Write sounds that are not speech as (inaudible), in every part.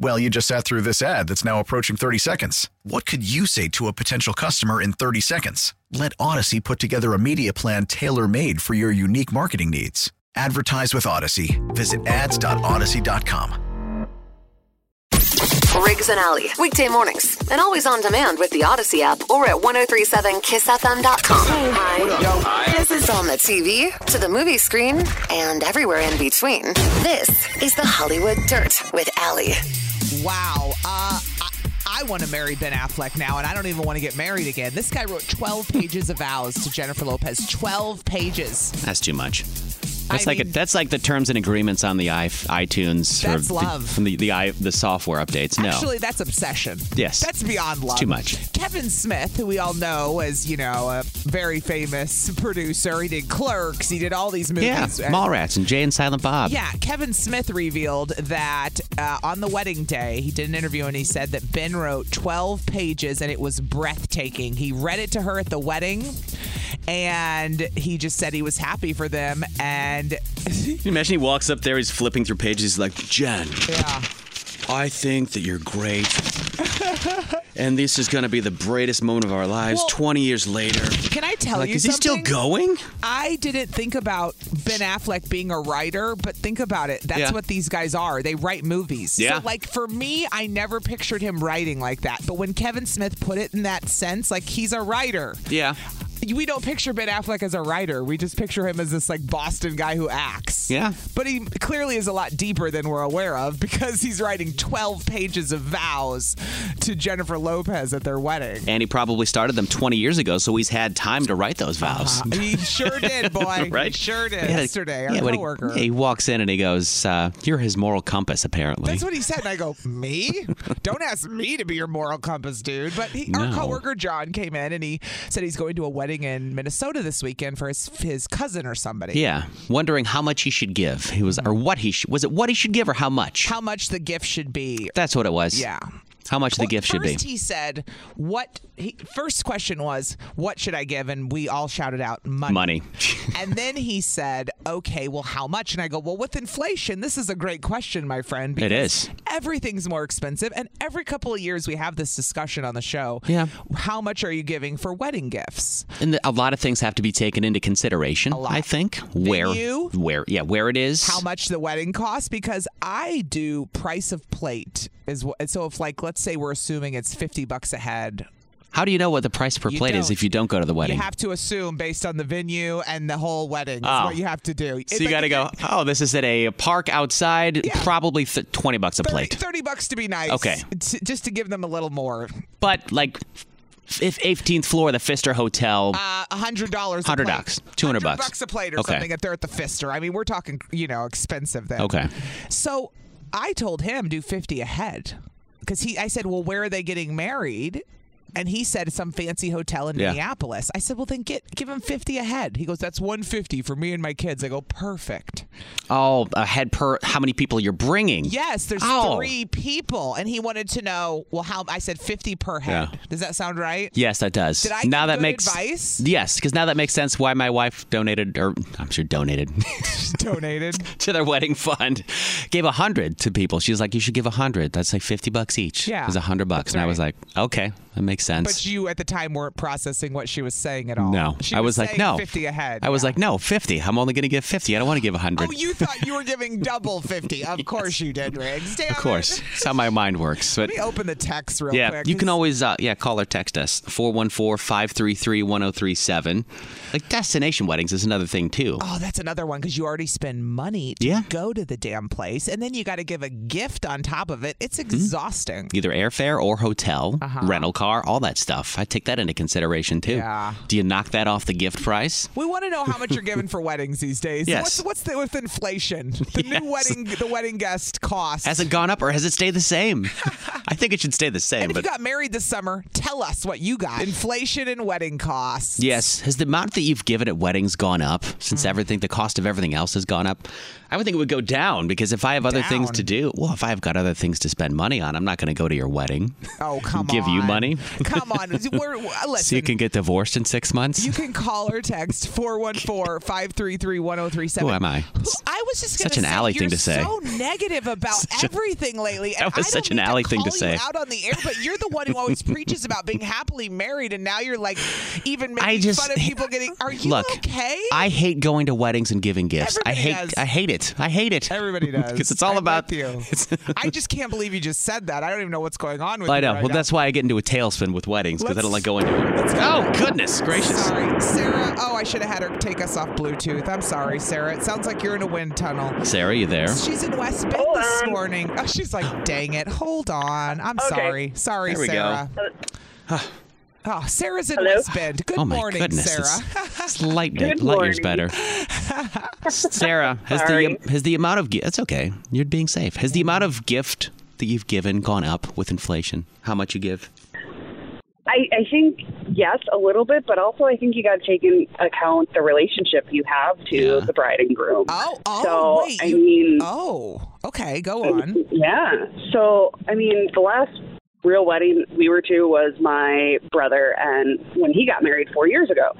Well, you just sat through this ad that's now approaching 30 seconds. What could you say to a potential customer in 30 seconds? Let Odyssey put together a media plan tailor made for your unique marketing needs. Advertise with Odyssey. Visit ads.odyssey.com. Riggs and Alley, weekday mornings, and always on demand with the Odyssey app or at 1037kissfm.com. Hi. This is on the TV, to the movie screen, and everywhere in between. This is the Hollywood Dirt with Alley. Wow. Uh, I, I want to marry Ben Affleck now, and I don't even want to get married again. This guy wrote 12 pages of vows to Jennifer Lopez. 12 pages. That's too much. That's I like mean- a, that's like the terms and agreements on the i- iTunes. or That's the- love. From the the, i- the software updates. No, Actually, that's obsession. Yes. That's beyond love. too much. Kevin Smith, who we all know as, you know, a very famous producer. He did Clerks. He did all these movies. yeah, And- Mallrats and Jay and Silent Bob. Yeah, Kevin Smith revealed that uh, on the wedding day, he did an interview and he said that Ben wrote 12 pages and it was breathtaking. He read it to her at the wedding and he just said he was happy for them. And Can you imagine he walks up there, he's flipping through pages, he's like, Jen, yeah, I think that you're (laughs) great. and this is going to be the greatest moment of our lives Well- 20 years later. can I tell Like, you is he something? still going? I didn't think about Ben Affleck being a writer, but think about it. That's Yeah. what these guys are. They write movies. Yeah. So, like, for me, I never pictured him writing like that. But when Kevin Smith put it in that sense, like, he's a writer. Yeah. we don't picture Ben Affleck as a writer. We just picture him as this like Boston guy who acts. Yeah. But he clearly is a lot deeper than we're aware of because he's writing 12 pages of vows to Jennifer Lopez at their wedding. And he probably started them 20 years ago, so he's had time to write those vows. He (laughs) sure did, boy. Right? He sure did. Yeah, like- Yesterday, our yeah, when he- coworker. yeah, he walks in and he goes, uh, You're his moral compass, apparently. That's what he said. And I go, me? Don't ask me to be your moral compass, dude. But he, our No. coworker John came in and he said he's going to a wedding in Minnesota this weekend for his his cousin or somebody. yeah, wondering how much he should give. He was, or what he should, was it what he should give or how much? How much the gift should be. That's what it was. Yeah. How much the Well, gift should be. First, he said, "What?" He, first question was, "What should I give?" And we all shouted out, "Money." Money. (laughs) and then he said, "Okay, well, how much?" And I go, "Well, with inflation, this is a great question, my friend. It because is. Everything's more expensive, and every couple of years we have this discussion on the show. Yeah. How much are you giving for wedding gifts? And th- a lot of things have to be taken into consideration. lot. I think where, Venue. where, yeah, where it is. How much the wedding costs? Because I do price of plate is what. So if like, let's say we're assuming it's fifty bucks a head How do you know what the price per You plate is don't. if you don't go to the wedding? You have to assume based on the venue and the whole wedding. That's Oh. what you have to do. so you got to go. Oh, this is at a park outside. Yeah. Probably th- twenty bucks a 30, plate. 30 bucks to be nice. Okay. t- just to give them a little more. But like, if 18th floor of the Pfister Hotel. Uh, $100 a 100 plate. bucks, 200 $100 bucks. a plate or Okay. something if they're at the Fister. I mean, we're talking, you know, expensive then. okay. So I told him do 50 a head because he. I said, well, where are they getting married? And he said some fancy hotel in Yeah. Minneapolis. I said, well, then get give him 50 a head. He goes, that's 150 for me and my kids. I go, perfect. Oh, a head per. How many people you're bringing? Yes, there's Oh. three people, and he wanted to know. Well, how I said fifty per head. Yeah. Does that sound right? Yes, that does. Did I now give that good makes advice? Yes, because now that makes sense why my wife donated, or I'm sure donated. (laughs) Donated. to their wedding fund. Gave a hundred to people. She was like, "You should give a hundred. That's like fifty bucks each. Yeah, it was a hundred bucks." that's And I was like, "Okay, that makes sense. But you at the time weren't processing what she was saying at all. no, She I was like, saying no. 50 ahead. I was like, no, 50. I'm only going to give 50. I don't want to give 100. Oh, you thought you were (laughs) giving double 50. Of course you did, Riggs. Damn of course. It. That's how my mind works. (laughs) But Let me open the text real yeah, quick. you can always uh, yeah call or text us 414-533-1037. Like destination weddings is another thing too. Oh, that's another one because you already spend money to Yeah. go to the damn place, and then you got to give a gift on top of it. Hmm? It's exhausting. Either airfare or hotel, Uh-huh. rental car, all that stuff. I take that into consideration too. Yeah. Do you knock that off the gift price? We want to know how much you're giving (laughs) for weddings these days. Yes. What's what's the with (laughs) inflation? The new wedding the wedding guest cost. Has it gone up or has it stayed (laughs) the same? I think it should stay the same. and if but you got married this summer, tell us what you got. Inflation and wedding costs. Yes. Has the amount that you've given at weddings gone up since Mm. everything, the cost of everything else has gone up? I would think it would go down because if I have other things to do, well, if I've got other things to spend money on, I'm not going to go to your wedding. (laughs) Oh come Give on. you money? Come (laughs) on. We're, we listen. so you can get divorced in six months? You can call or text 414-533-1037. Who am I? I was just Such gonna an say, alley you're thing to say. So negative about Such a- everything lately. That and was I such don't an mean alley to thing to call you say. Out on the air, but you're the one who (laughs) always preaches about being happily married, and now you're like even making I just fun of people (laughs) getting. Are you look. okay? I hate going to weddings and giving gifts. I Everybody hate. does. I hate it. I hate it. (laughs) Everybody does. because it's all I'm with about you. (laughs) it's- I just can't believe you just said that. I don't even know what's going on with I you know. right well, now. that's why I get into a tailspin with weddings because I don't Let's- like going to it. let's go. Oh goodness gracious! Sorry, Sarah. Oh, I should have had her take us off Bluetooth. I'm sorry, Sarah. It sounds like you're in a wind tunnel. Sarah, you there? She's in West Bend this morning. Oh, she's like, dang it. Hold on. I'm sorry. Sorry, There we go. Sarah. Oh, Sarah's in West Bend. Good oh my morning, goodness! Sarah. It's, it's light, light years better. (laughs) Sarah, has the um, has the amount of gi- it's okay. You're being safe. Has the amount of gift that you've given gone up with inflation? How much you give? I, I think yes, a little bit, but also I think you got to take in account the relationship you have to Yeah. the bride and groom. Oh, oh, so wait. I you- mean, oh, okay. (laughs) Go on. yeah. So I mean, the last real wedding we were to was my brother, and when he got married four years ago.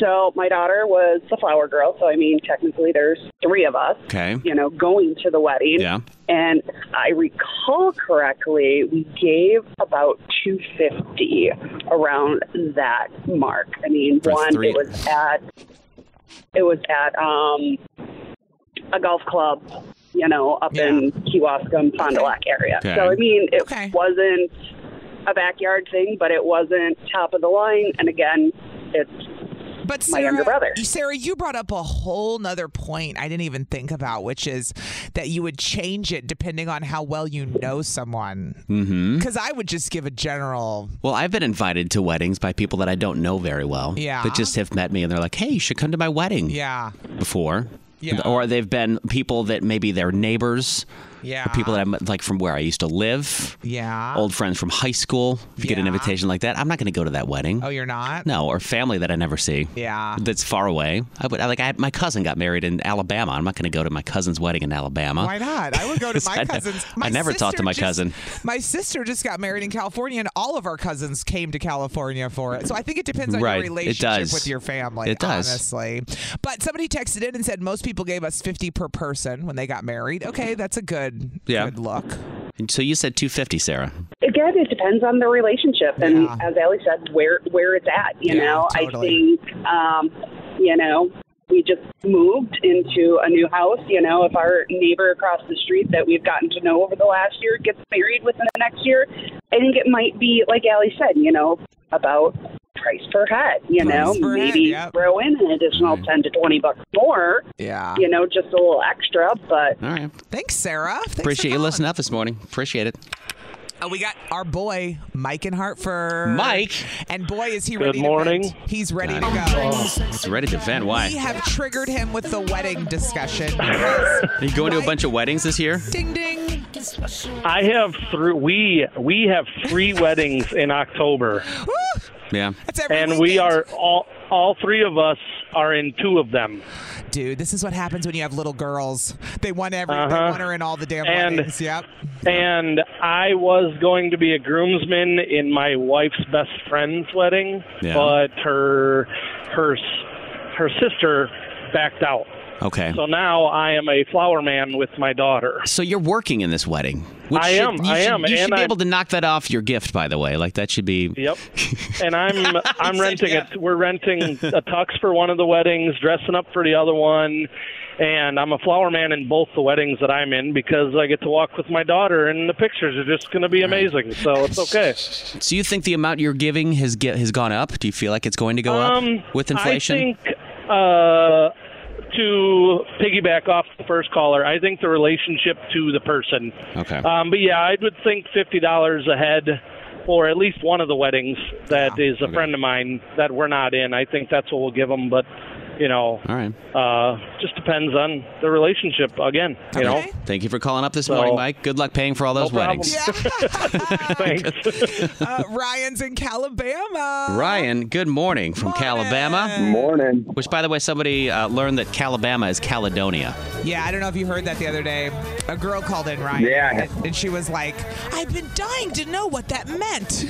So my daughter was the flower girl. So I mean, technically, there's three of us. Okay. You know, going to the wedding. Yeah. And if I recall correctly, we gave about 250 around that mark. I mean, For one three- it was at it was at um, a golf club, you know, up in Kewaskum, Fond du Lac area. Okay. So I mean, it Okay. wasn't a backyard thing, but it wasn't top of the line. And again, it's But My Sarah, younger brother. Sarah, you brought up a whole nother point I didn't even think about, which is that you would change it depending on how well you know someone. Mm-hmm. Because I would just give a general Well, I've been invited to weddings by people that I don't know very well. Yeah. That just have met me and they're like, "Hey, you should come to my wedding." yeah, Before. Yeah. Or they've been people that maybe they're neighbors, yeah. people that I'm like from where I used to live, yeah. old friends from high school. If you get an Yeah. invitation like that, I'm not going to go to that wedding. Oh, you're not? No, or family that I never see. Yeah. That's far away. I would I, like. I had, my cousin got married in Alabama. I'm not going to go to my cousin's wedding in Alabama. Why not? I would go to (laughs) 'Cause I my ne- cousins. I My never talked sister to my just- cousin. My sister just got married in California, and all of our cousins came to California for it. So I think it depends on Right. It your relationship does. with your family. It does. honestly. But somebody texted in and said most people gave us fifty per person when they got married. Okay, that's a good, Yeah. good look. And So you said 250, Sarah. again, it depends on the relationship and Yeah. as Allie said, where where it's at. You Yeah, know, totally. I think um, you know we just moved into a new house. You know, if our neighbor across the street that we've gotten to know over the last year gets married within the next year, I think it might be like Allie said. You know, about price per head. You know, Price per head, maybe yep. Mm-hmm. throw in an additional ten to twenty bucks more. Yeah. You know, just a little extra, but. All right. Thanks, Sarah. Thanks for Appreciate you calling. listening up this morning. Appreciate it. Oh, we got our boy Mike in Hartford. Mike? and boy, is he Good ready? morning. To vent. He's ready to Got go. It's ready to vent. Why? We have triggered him with the wedding (laughs) discussion. because- Are you going to a bunch of weddings this year? ding ding. I have three. We we have (laughs) three weddings in October, Woo! Yeah. That's every and we weekend. are all all three of us are in two of them. dude. This is what happens when you have little girls. They want every, they Uh-huh. want her in all the damn And- weddings. Yep. And I was going to be a groomsman in my wife's best friend's wedding, Yeah. but her her s- her sister backed out. Okay. So now I am a flower man with my daughter. So you're working in this wedding. I should- am, You I should, am, You should and be I- able to knock that off your gift, by the way. Like that should be. Yep. And I'm I'm renting a we're renting a tux for one of the weddings, dressing up for the other one, and I'm a flower man in both the weddings that I'm in because I get to walk with my daughter and the pictures are just going to be amazing. So it's (laughs) okay. So you think the amount you're giving has get, has gone up? Do you feel like it's going to go Um, up with inflation? I think uh, to piggyback off the first caller, I think the relationship to the person. Okay. Uh, Um, but yeah, I would think fifty dollars a head for at least one of the weddings that is a friend of mine that we're not in. I think that's what we'll give them, but you know, All right. uh, just depends on the relationship again. You know. Thank you for calling up this morning, Mike. Good luck paying for all those weddings. Uh, (laughs) Ryan's in Calabama. (laughs) Ryan, good morning from Calabama. Morning. Which, by the way, somebody uh, learned that Calabama is Caledonia. Yeah, I don't know if you heard that the other day. A girl called in Ryan. Yeah. And, and she was like, I've been dying to know what that meant.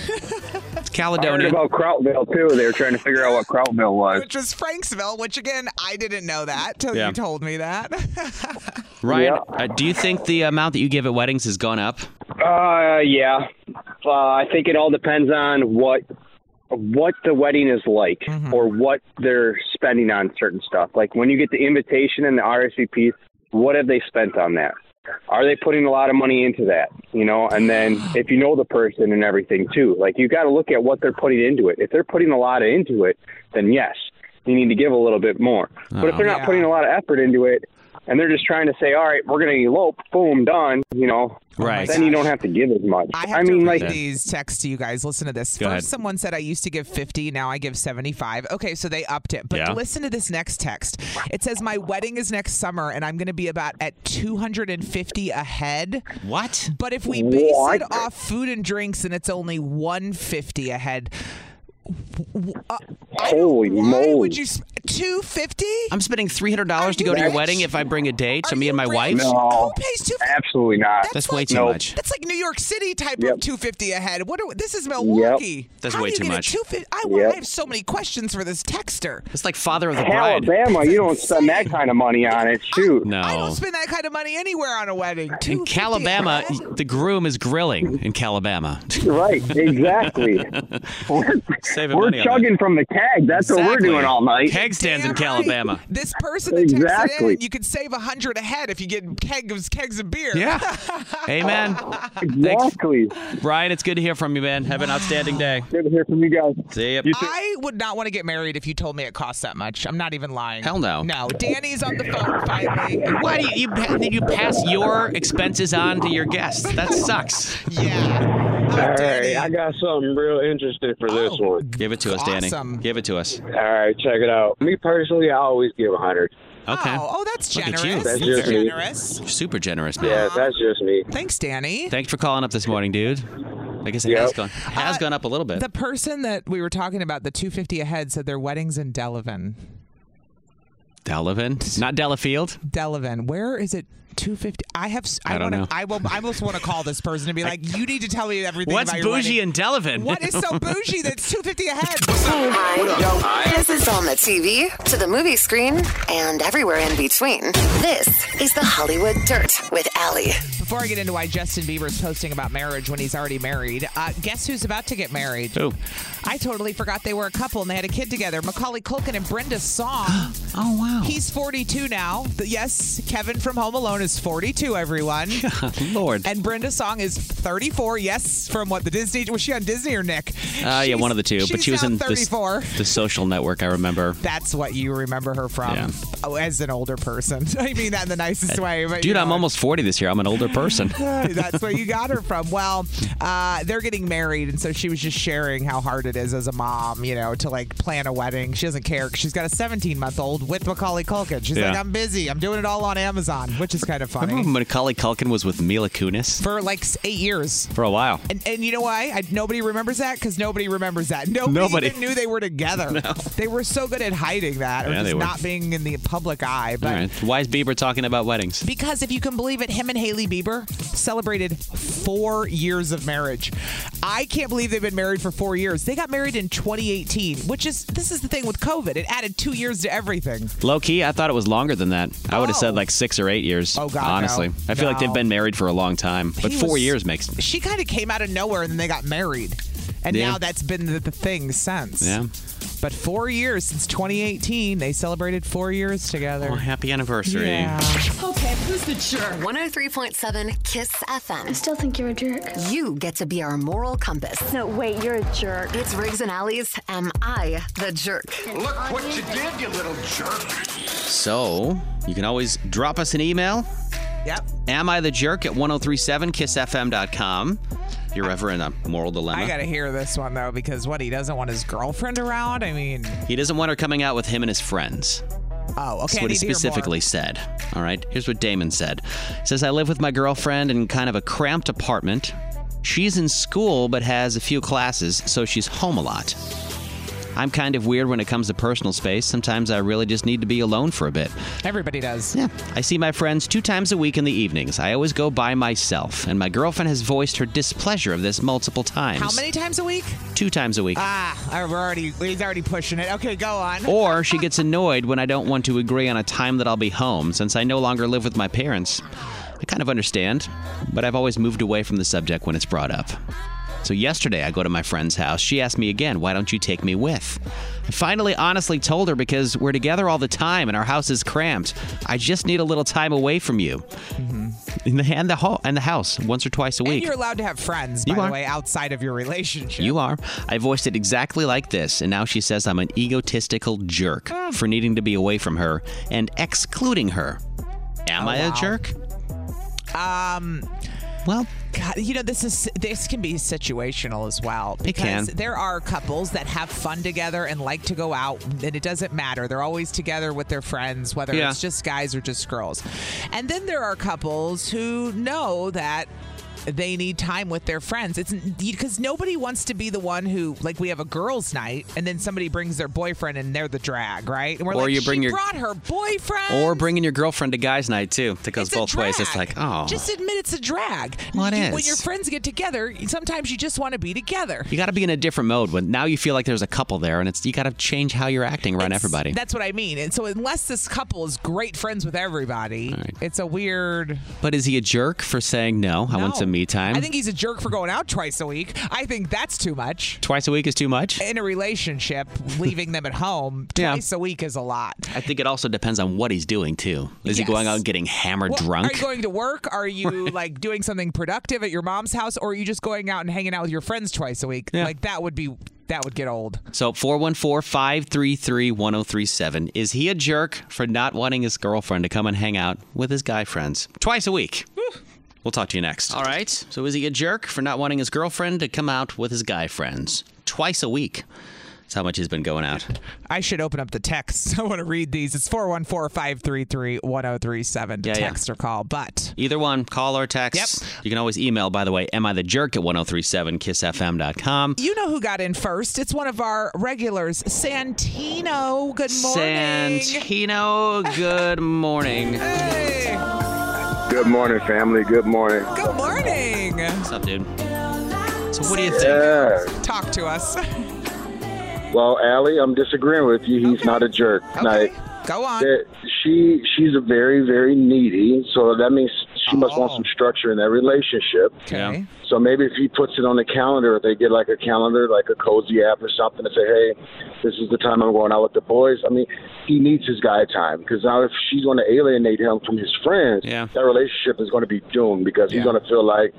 It's Caledonia. I heard about Krautville too. They were trying to figure out what Krautville was. which was Franksville, which again, I didn't know that till Yeah. you told me that. (laughs) Ryan, uh, do you think the amount that you give at weddings has gone up? Uh, yeah. Uh, I think it all depends on what what the wedding is like or what they're spending on certain stuff. Like when you get the invitation and the RSVP, what have they spent on that? Are they putting a lot of money into that? You know, and then if you know the person and everything too, like you got to look at what they're putting into it. If they're putting a lot into it, then yes, you need to give a little bit more. But if Oh. they're not putting a lot of effort into it, and they're just trying to say, all right, we're going to elope, boom, done, you know, Right. then you don't have to give as much. I I, have mean, to like, read these texts to you guys. Listen to this. Go First, ahead. someone said I used to give 50, now I give 75. Okay, so they upped it. But Yeah. listen to this next text. It says my wedding is next summer, and I'm going to be about at 250 a head. What? But if we base What? it off food and drinks, and it's only 150 a head. holy moly. Would you two fifty? I'm spending three hundred dollars to go to your wedding if I bring a date to me and my wife. No, absolutely not. That's way too Nope. much. That's like New York City type of 250 a head. What? Are, this is Milwaukee. Yep. That's way you too get a much. 250 I, want- Yep. I have so many questions for this texter. It's like father of the bride. Alabama, you don't spend that kind of money on it. Shoot. No. Spend that kind of money anywhere on a wedding. In Calabama, the groom is grilling in Calabama. (laughs) Right, (laughs) exactly. we're Saving we're money on that. chugging from the keg. That's what we're Exactly. doing all night. Keg stands in (laughs) Calabama. This person that texted Exactly. in, you could save a hundred a head if you get kegs kegs of beer. Yeah. Amen. Exactly. Thanks. Ryan, it's good to hear from you, man. Have an outstanding day. Good to hear from you guys. See ya. I would not want to get married if you told me it costs that much. I'm not even lying. Hell no. No, (laughs) Danny's on the phone finally. Why do you, you, pa- you pass your expenses on to your guests? That sucks. All right, I got something real interesting for this Oh, one. Give it to us, Danny. Give it to us. All right, check it out. Me personally, I always give a hundred. Okay. Oh, that's Look at generous. you. That's just me. Super generous, man. Yeah, that's just me. Thanks, Danny. Thanks for calling up this morning, dude. Like I said, has gone Uh, has gone up a little bit. The person that we were talking about, the 250 ahead, said their wedding's in Delavan. Delavan, not Delafield. Delavan, where is it? 250. I have. s- I, I don't wanna, know. I will. I almost want to call this person and be like, "You need to tell me everything What's about your bougie wedding." in Delavan? What is (laughs) so bougie that's 250 ahead? Hi. This is on the TV, to the movie screen, and everywhere in between. This is the Hollywood Dirt with Allie. Before I get into why Justin Bieber's posting about marriage when he's already married, uh, guess who's about to get married? Who? I totally forgot they were a couple and they had a kid together. Macaulay Culkin and Brenda Song. (gasps) oh wow. He's 42 now. The- yes, Kevin from Home Alone is 42. (laughs) Everyone. Lord. And Brenda Song is 34. Yes, from what the Disney was she on Disney or Nick? Uh, yeah, She's- one of the two. But she's she was now in this, 34. the social network. I remember. That's what you remember her from Yeah. oh, as an older person. (laughs) I mean that in the nicest way. But you Dude, know. I'm almost 40 this year. I'm an older person. Yeah, (laughs) That's where you got her from. Well, uh, they're getting married, and so she was just sharing how hard it is as a mom, you know, to like plan a wedding. She doesn't care. 'cause She's got a 17 month old with Macaulay Culkin. She's Yeah. like, I'm busy. I'm doing it all on Amazon, which is kind of funny. (laughs) Remember when Macaulay Culkin was with Mila Kunis For like s- eight years. for a while? And, and you know why? I, nobody remembers that because nobody remembers that. Nobody, Nobody. even knew they were together. (laughs) No. They were so good at hiding that or Yeah, they just were. not being in the public eye. But All right. Why is Bieber talking about weddings? Because if you can believe it, him and Haley Bieber celebrated four years of marriage. I can't believe they've been married for four years. They got married in 2018, which is this is the thing with COVID. It added two years to everything. everything. Low key, I thought it was longer than that. I would have said like six or eight years. Oh, God, no. Honestly, I feel like No. they've been married for a long time, but He four was- years makes. She kind of came out of nowhere and then they got married. And Yeah. now that's been the, the thing since. Yeah. But four years since 2018, they celebrated four years together. Oh, happy anniversary! Yeah. Okay, who's the jerk? 103.7 Kiss FM. I still think you're a jerk. You get to be our moral compass. No, wait, you're a jerk. It's Riggs and Allies. Am I the jerk? Look what you did, you little jerk. So you can always drop us an email. Yep. Am I the jerk at 1037kissfm.com? You're ever in a moral dilemma. I got to hear this one, though, because what? He doesn't want his girlfriend around? I mean, He doesn't want her coming out with him and his friends. Oh, okay, That's I what he need to hear more. specifically said. All right, here's what Damon said. He says, I live with my girlfriend in kind of a cramped apartment. She's in school but has a few classes, so she's home a lot. I'm kind of weird when it comes to personal space. Sometimes I really just need to be alone for a bit. Everybody does. Yeah. I see my friends two times a week in the evenings. I always go by myself, and my girlfriend has voiced her displeasure of this multiple times. how many times a week? Two times a week. Ah, I- we're already, he's already pushing it. Okay, go on. (laughs) Or she gets annoyed when I don't want to agree on a time that I'll be home since I no longer live with my parents. I kind of understand, but I've always moved away from the subject when it's brought up. So yesterday I go to my friend's house. She asked me again, "Why don't you take me with?" I finally honestly told her because we're together all the time and our house is cramped. I just need a little time away from you. In the and the ho- and the house once or twice a And week. you're allowed to have friends, by You the are. way, outside of your relationship. You are. I voiced it exactly like this, and now she says I'm an egotistical jerk Hmm. for needing to be away from her and excluding her. Am Oh, I a wow. jerk? Um. Well, God, you know this is this can be situational as well because can. there are couples that have fun together and like to go out, and it doesn't matter. They're always together with their friends, whether Yeah. it's just guys or just girls. And then there are couples who know that they need time with their friends. It's because nobody wants to be the one who like we have a girls' night and then somebody brings their boyfriend and they're the drag, right? And we're Or like, you bring she your- brought her boyfriend. Or bringing your girlfriend to guys' night too. That goes both ways. It's like, oh, Just admit it's a drag. Well, it You- When is. your friends get together, sometimes you just want to be together. you got to be in a different mode. When now you feel like there's a couple there, and it's you got to change how you're acting around everybody. That's what I mean. And so, unless this couple is great friends with everybody, it's a weird. But is he a jerk for saying no? I want No. some me time. I think he's a jerk for going out twice a week. I think that's too much. Twice a week is too much. In a relationship, leaving them at (laughs) home twice a week is a lot. I think it also depends on what he's doing too. Is he going out and getting hammered Well, drunk? Are you going to work? Are (laughs) you like doing something productive at your mom's house, or are you just going out and hanging out with your friends twice a week? Like that would be that would get old. So 414-533-1037. Is he a jerk for not wanting his girlfriend to come and hang out with his guy friends twice a week? We'll talk to you next. All right. So is he a jerk for not wanting his girlfriend to come out with his guy friends twice a week? That's how much he's been going out. I should open up the texts. (laughs) I want to read these. It's 414 533 1037 to Yeah, yeah. text or call. But Either one, call or text. You can always email, by the way, am I the jerk at 1037kissfm.com. you know who got in first? It's one of our regulars, Santino. Good morning. Santino, good morning. Good morning, family. Good morning. Good morning. What's up, dude? So what do you Yeah. Talk to us. (laughs) Well, Allie, I'm disagreeing with you. He's not a jerk. Like, Go on. that- she she's a very very needy, so that means she must Oh. want some structure in that relationship. Okay. So maybe if he puts it on the calendar, they get like a calendar, like a cozy app or something, and say, "Hey, this is the time I'm going out with the boys." I mean, he needs his guy time because now if she's going to alienate him from his friends, that relationship is going to be doomed because he's going to feel like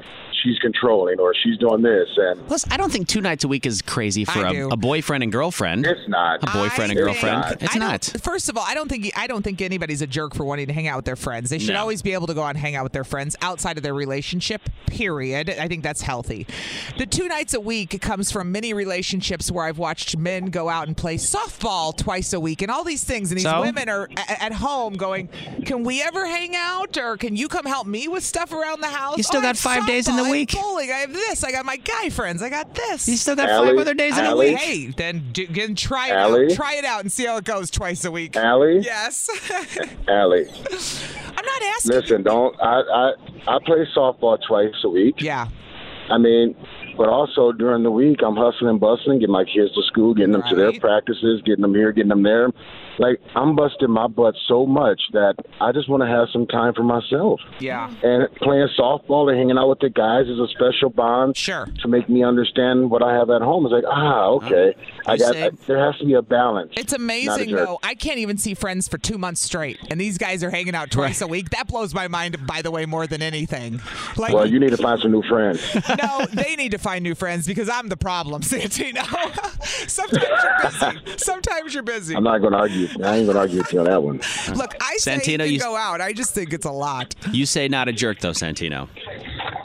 she's controlling or she's doing this and Plus, I don't think two nights a week is crazy for I a, do. a boyfriend and girlfriend. It's not. A boyfriend and I girlfriend. think- It's I don't- not. First of all, I don't think I don't think anybody's a jerk for wanting to hang out with their friends. They should No. always be able to go out and hang out with their friends outside of their relationship. Period. I think that's healthy. The two nights a week comes from many relationships where I've watched men go out and play softball twice a week and all these things, and these So? women are a- at home going, "Can we ever hang out? Or can you come help me with stuff around the house? You still Oh, I got have five days in the softball, I have week. bowling. I have this. I got my guy friends. I got this. You still got five Allie, other days in a Allie. week. Hey, then do, then try it Allie? out. Try it out and see how it goes twice a week. Allie? Yes. (laughs) Allie. I'm not asking. Listen, don't I, I I play softball twice a week. Yeah. I mean, But also during the week, I'm hustling and bustling, getting my kids to school, getting them to their practices, getting them here, getting them there. Like I'm busting my butt so much that I just want to have some time for myself. Yeah. And playing softball and hanging out with the guys is a special bond. Sure. To make me understand what I have at home. It's like ah, okay, I Uh-huh. You got. say- there has to be a balance. It's not a amazing jerk. though. I can't even see friends for two months straight, and these guys are hanging out twice a week. That blows my mind. By the way, more than anything, like well, you need to find some new friends. (laughs) no, they need to find new friends because I'm the problem, (laughs) Santino. Sometimes you're busy. Sometimes you're busy. I'm not going to argue. I ain't going to argue with you on that one. Look, I say Santino, you can you- go out. I just think it's a lot. You say not a jerk though, Santino.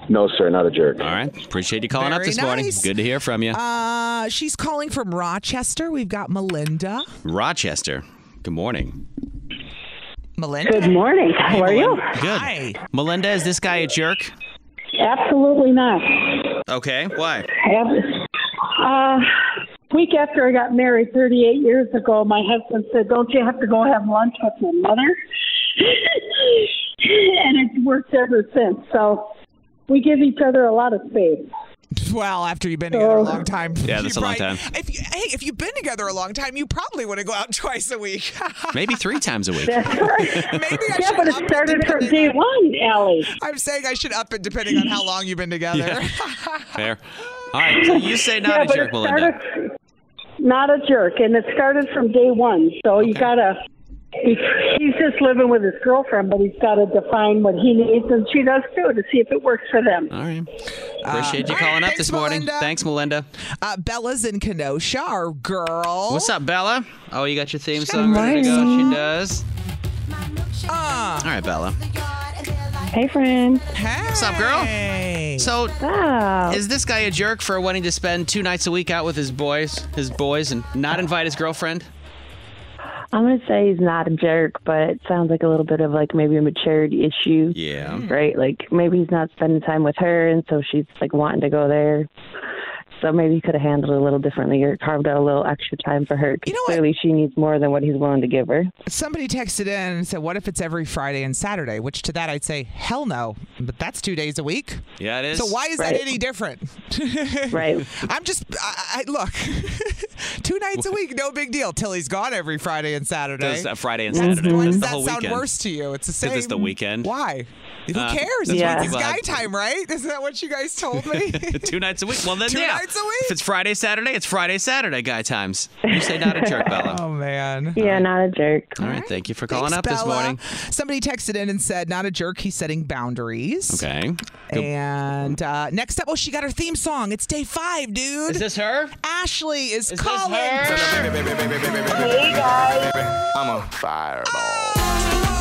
No, sir, not a jerk. All right. Appreciate you calling up Very this morning. nice. Good to hear from you. Uh, she's calling from Rochester. We've got Melinda. Rochester. Good morning. Melinda. Good morning. How are you? Good. Melinda, is this guy a jerk? Absolutely not. Okay. Why? Ab- Uh, week after I got married 38 years ago, my husband said, Don't you have to go have lunch with my mother? (laughs) and it's worked ever since. So we give each other a lot of Oh. space. Well, after you've been together a long time. Yeah, that's a long time. If you, hey, if you've been together a long time, you probably want to go out (laughs) twice a week. Maybe three (laughs) times a week. Maybe I (laughs) Yeah, should but it up started from day one, Allie. I'm saying I should up it depending on how long you've been (laughs) together. Fair. All right. So you say not Yeah, a but jerk, it Melinda. started- Not a jerk, and it started from day one. So you gotta. He, he's just living with his girlfriend, but he's got to define what he needs, and she does too, to see if it works for them. All right. Appreciate you calling up this morning. Thanks, Melinda. Uh, (laughs) Bella's in Kenosha, our girl. What's up, Bella? Oh, you got your theme song ready to go. morning. She does. Uh, All right, Bella. Hey, friend. Hey. What's up, girl? So, is this guy a jerk for wanting to spend two nights a week out with his boys, his boys, and not invite his girlfriend? I'm gonna say he's not a jerk, but it sounds like a little bit of like maybe a maturity issue. Yeah. Right. Like maybe he's not spending time with her, and so she's like wanting to go there. So maybe he could have handled it a little differently or carved out a little extra time for her. 'cause clearly, she needs more than what he's willing to give her. Somebody texted in and said, What if it's every Friday and Saturday? Which to that I'd say, Hell no. But that's two days a week. Yeah, it is. So why is that any different? (laughs) right. I'm just, I, I look, (laughs) two nights a week, no big deal. Till he's gone every Friday and Saturday. Does, uh, Friday and Mm-hmm. That's- Saturday. Why does The that whole sound weekend. worse to you? It's the same. Because it's the weekend. Why? Who Uh, cares? that's It's, what it's people guy have- time, right? Isn't that what you guys told me? (laughs) two nights a week. Well, then Two yeah. nights a week? If it's Friday, Saturday, it's Friday, Saturday guy times. You say (laughs) not a (laughs) jerk, Bella. Oh man. Yeah, not a jerk. All right. Thank you for calling Thanks, up this Bella. morning. Somebody texted in and said, "Not a jerk. He's setting boundaries." Okay. And uh, next up, oh, she got her theme song. It's day five, dude. Is this her? Ashley is, Is this calling. her? Hey guys. I'm a fireball.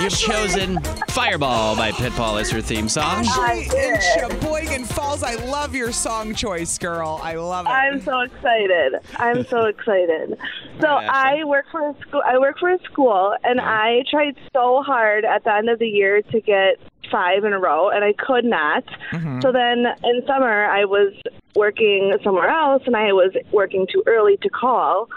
You've chosen Fireball by Pitbull as her theme song. Ashley in Sheboygan Falls. I love your song choice, girl. I love it. I'm so excited. I'm so excited. So I work for a school. I work for a school, and I tried so hard at the end of the year to get five in a row, and I could not. So then in summer, I was working somewhere else, and I was working too early to call.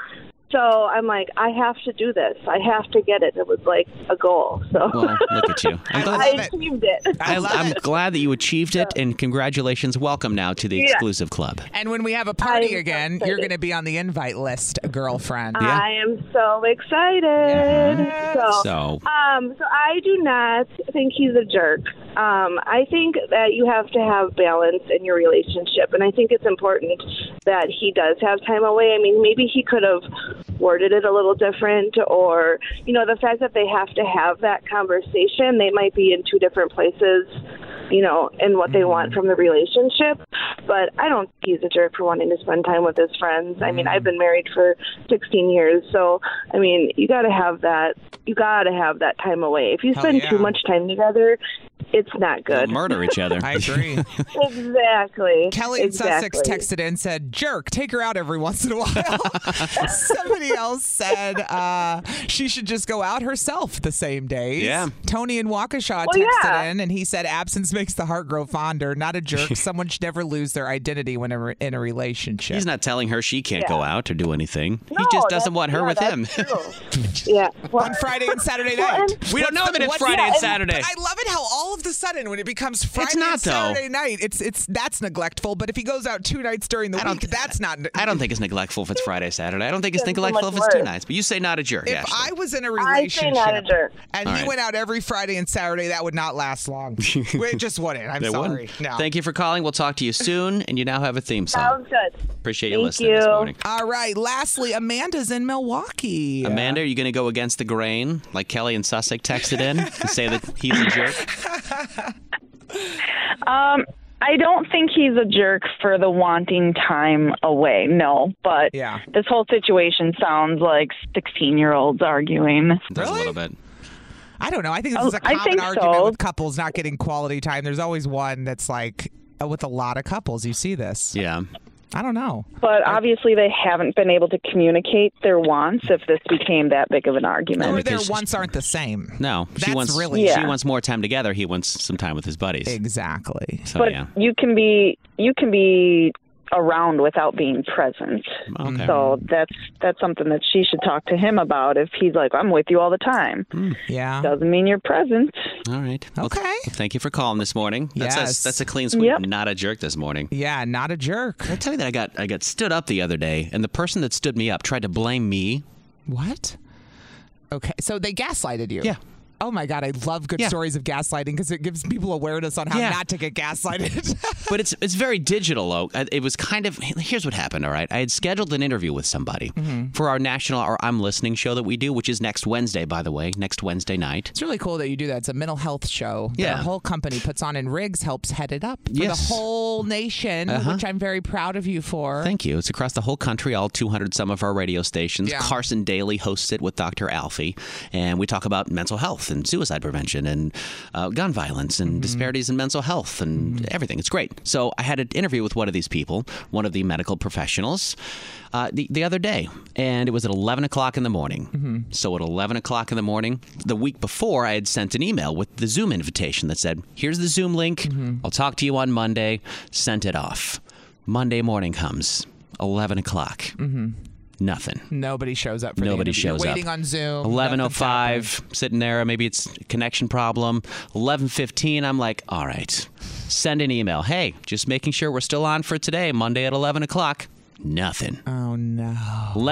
So I'm like, I have to do this. I have to get it. It was like a goal. So Well, look at you. (laughs) I'm glad, I achieved it. (laughs) I am glad that you achieved it, and congratulations. Welcome now to the Yeah. exclusive club. And when we have a party again, you're going to be on the invite list, girlfriend. I am so excited. So, So- um, so I do not think he's a jerk. Um, I think that you have to have balance in your relationship, and I think it's important that he does have time away. I mean, maybe he could have worded it a little different, or you know, the fact that they have to have that conversation, they might be in two different places. You know, and what they Mm-hmm. want from the relationship. But I don't think he's a jerk for wanting to spend time with his friends. I mean, Mm-hmm. I've been married for 16 years, so I mean, you got to have that. You got to have that time away. If you Hell spend yeah. too much time together, it's not good. They'll murder each other. I agree. (laughs) exactly. Kelly in exactly. Sussex texted in and said, "Jerk, take her out every once in a (laughs) while." Somebody else said uh, she should just go out herself the same days. Yeah. Tony in Waukesha Well, texted yeah. in and he said, "Absence makes the heart grow fonder." Not a (laughs) jerk. Someone should never lose their identity when they're in a relationship. (laughs) He's not telling her she can't go out or do anything. he No, just doesn't that's- want her yeah, with that's him. (laughs) yeah. (laughs) on Friday and Saturday night. We don't know that it's Friday and Saturday. I love it how all of of the sudden when it becomes Friday not, and though. Saturday night, it's it's that's neglectful. But if he goes out two nights during the week, that's not. I don't think it's neglectful if it's Friday, Saturday. I don't think it's Then so much neglectful if it's two work. nights. But you say not a jerk, If Ashley. I was in a I say relationship not a jerk. and All he right. went out every Friday and Saturday, that would not last (laughs) long. it just wouldn't. I'm They sorry. wouldn't. No. Thank you for calling. We'll talk to you soon. And you now have a theme song. good. Appreciate you listening this morning. All right. Lastly, Amanda's in Milwaukee. Amanda, are you going to go against the grain like Kelly and Sussex texted in and say that he's a jerk? (laughs) Um, I don't think he's a jerk for the wanting time away. No, but yeah. this whole situation sounds like sixteen-year-olds arguing. Really? A little bit. I don't know. I think this Oh, is a I common think argument so. with couples not getting quality time. There's always one that's like uh, with a lot of couples. You see this. Yeah. I don't know. But obviously, they haven't been able to communicate their wants. If this became that big of an argument, Or their wants aren't the same. No, she That's wants really- she Yeah. wants more time together. He wants some time with his buddies. Exactly. So but yeah, you can be you can be around without being present. Okay. So that's that's something that she should talk to him about. If he's like, I'm with you all the time, Hmm. yeah, doesn't mean you're present. all right. Okay. thank you for calling this morning. That's Yes. a, that's a clean sweep. Yep. Not a jerk this morning. Yeah, not a jerk. I tell you that I got I got stood up the other day, and the person that stood me up tried to blame me. What? Okay. So they gaslighted you. Yeah. Oh my God, I love good stories of gaslighting because it gives people awareness on how not to get gaslighted. (laughs) but it's it's very digital though. I- It was kind of here's what happened. All right, I had scheduled an interview with somebody for our national or I'm listening show that we do, which is next Wednesday, by the way, next Wednesday night. it's really cool that you do that. It's a mental health show. that Yeah. The whole company puts on and Riggs helps head it up for Yes. the whole nation, Uh-huh. which I'm very proud of you for. Thank you. It's across the whole country, all 200 some of our radio stations. Yeah. Carson Daly hosts it with Dr. Alfie, and we talk about mental health and suicide prevention and uh, gun violence and disparities in mental health and everything. It's great. So I had an interview with one of these people, one of the medical professionals, uh, the, the other day, and it was at 11 o'clock in the morning. So at 11 o'clock in the morning, the week before, I had sent an email with the Zoom invitation that said, Here's the Zoom link. I'll talk to you on Monday. Sent it off. Monday morning comes, 11 o'clock. Mm-hmm. Nothing. Nobody shows up for the Nobody interview. You're shows waiting up. on Zoom. 11:05, sitting there. Maybe it's a connection problem. 11:15, I'm like, all right, send an email. Hey, just making sure we're still on for today, Monday at 11 o'clock. Nothing. Oh no.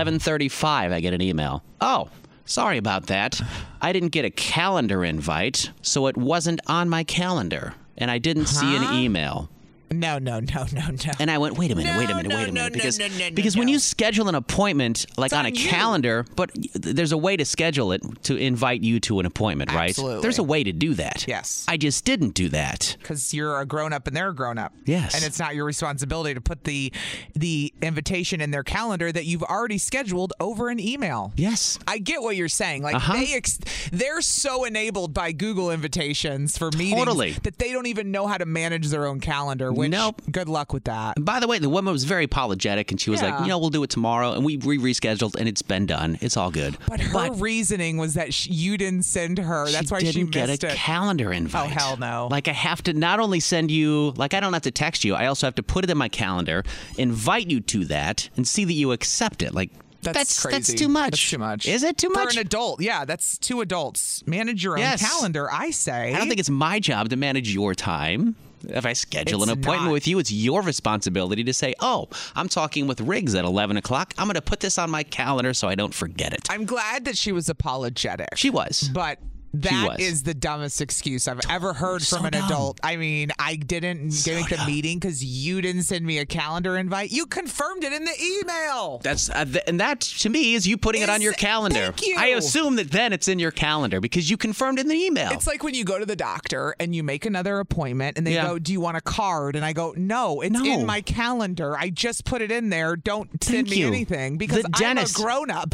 11:35, I get an email. Oh, sorry about that. I didn't get a calendar invite, so it wasn't on my calendar, and I didn't see an email. No, no, no, no, no. And I went, wait a minute, wait a minute, wait a minute. because because when you schedule an appointment, like on, a calendar, but y- there's a way to schedule it to invite you to an appointment, right? Absolutely. There's a way to do that. Yes. I just didn't do that. because you're a grown up and they're a grown up. Yes. And it's not your responsibility to put the the invitation in their calendar that you've already scheduled over an email. Yes. I get what you're saying. Like Uh-huh. they ex- they're so enabled by Google invitations for meetings Totally. that they don't even know how to manage their own calendar. Which Nope. good luck with that. By the way, the woman was very apologetic and she was Yeah. like, you know, we'll do it tomorrow. And we we rescheduled and it's been done. It's all good. But her reasoning was that sh you didn't send her. That's why didn't she get missed a it. calendar invite. Oh hell no! Like I have to not only send you, like I don't have to text you. I also have to put it in my calendar, invite you to that, and see that you accept it. Like That's, that's, crazy. too much. That's too much. Is it too much? for an adult? Yeah, that's two adults. Manage your own Yes. calendar. I say. I don't think it's my job to manage your time. If I schedule an It's appointment not. with you, it's your responsibility to say, "Oh, I'm talking with Riggs at 11 o'clock. I'm going to put this on my calendar so I don't forget it." I'm glad that she was apologetic. She was. But was. Oh, that is the dumbest excuse I've ever heard from an adult. I mean, I didn't get at the meeting because you didn't send me a calendar invite. You confirmed it in the email. That's uh, th- and that to me is you putting it on Is- your calendar. thank you. I assume that then it's in your calendar because you confirmed in the email. It's like when you go to the doctor and you make another appointment and they Yeah. go, Do you want a card? And I go, No, it's No. in my calendar. I just put it in there. Don't send Thank me you. anything because The I'm a dentist- grown up.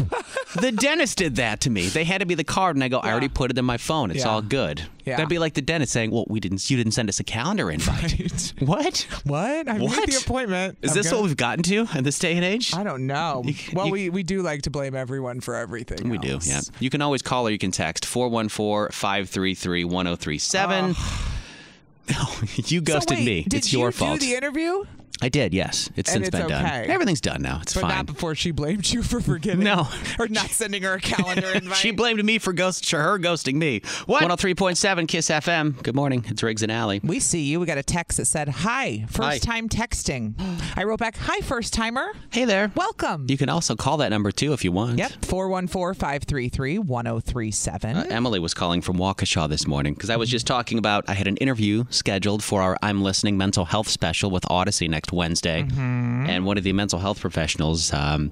the dentist did that to me. They handed me the card, and I go, "I already put it in my phone. It's Yeah. all good." Yeah. That'd be like the dentist saying, "Well, we didn't. You didn't send us a calendar (laughs) invite. (laughs) What? What? I made the What? appointment. Is I'm this gonna- what we've gotten to in this day and age?" I don't (laughs) know. Well, we, we do like to blame everyone for everything. We do. Yeah. You can always call or you can text 414-533-1037. you ghosted wait, (laughs) me. Did it's you your do fault. the interview? I I did, yes. It's And since it's been done. okay. Everything's done now. It's but fine. not before she blamed you for forgetting. No. Or (laughs) not sending her a calendar invite. she blamed me for ghost for her ghosting me. What? 103.7 Kiss FM. Good morning. It's Riggs and Alley. We see you. We got a text that said, Hi, first time texting. I wrote back, Hi, first timer. Hey there. Welcome. You can also call that number too if you want. Yep. 414 533 1037. (laughs) Emily was calling from Waukesha this morning because I was just talking about I had an interview scheduled for our I'm Listening mental health special with Odyssey next Wednesday, Mm-hmm. and one of the mental health professionals um,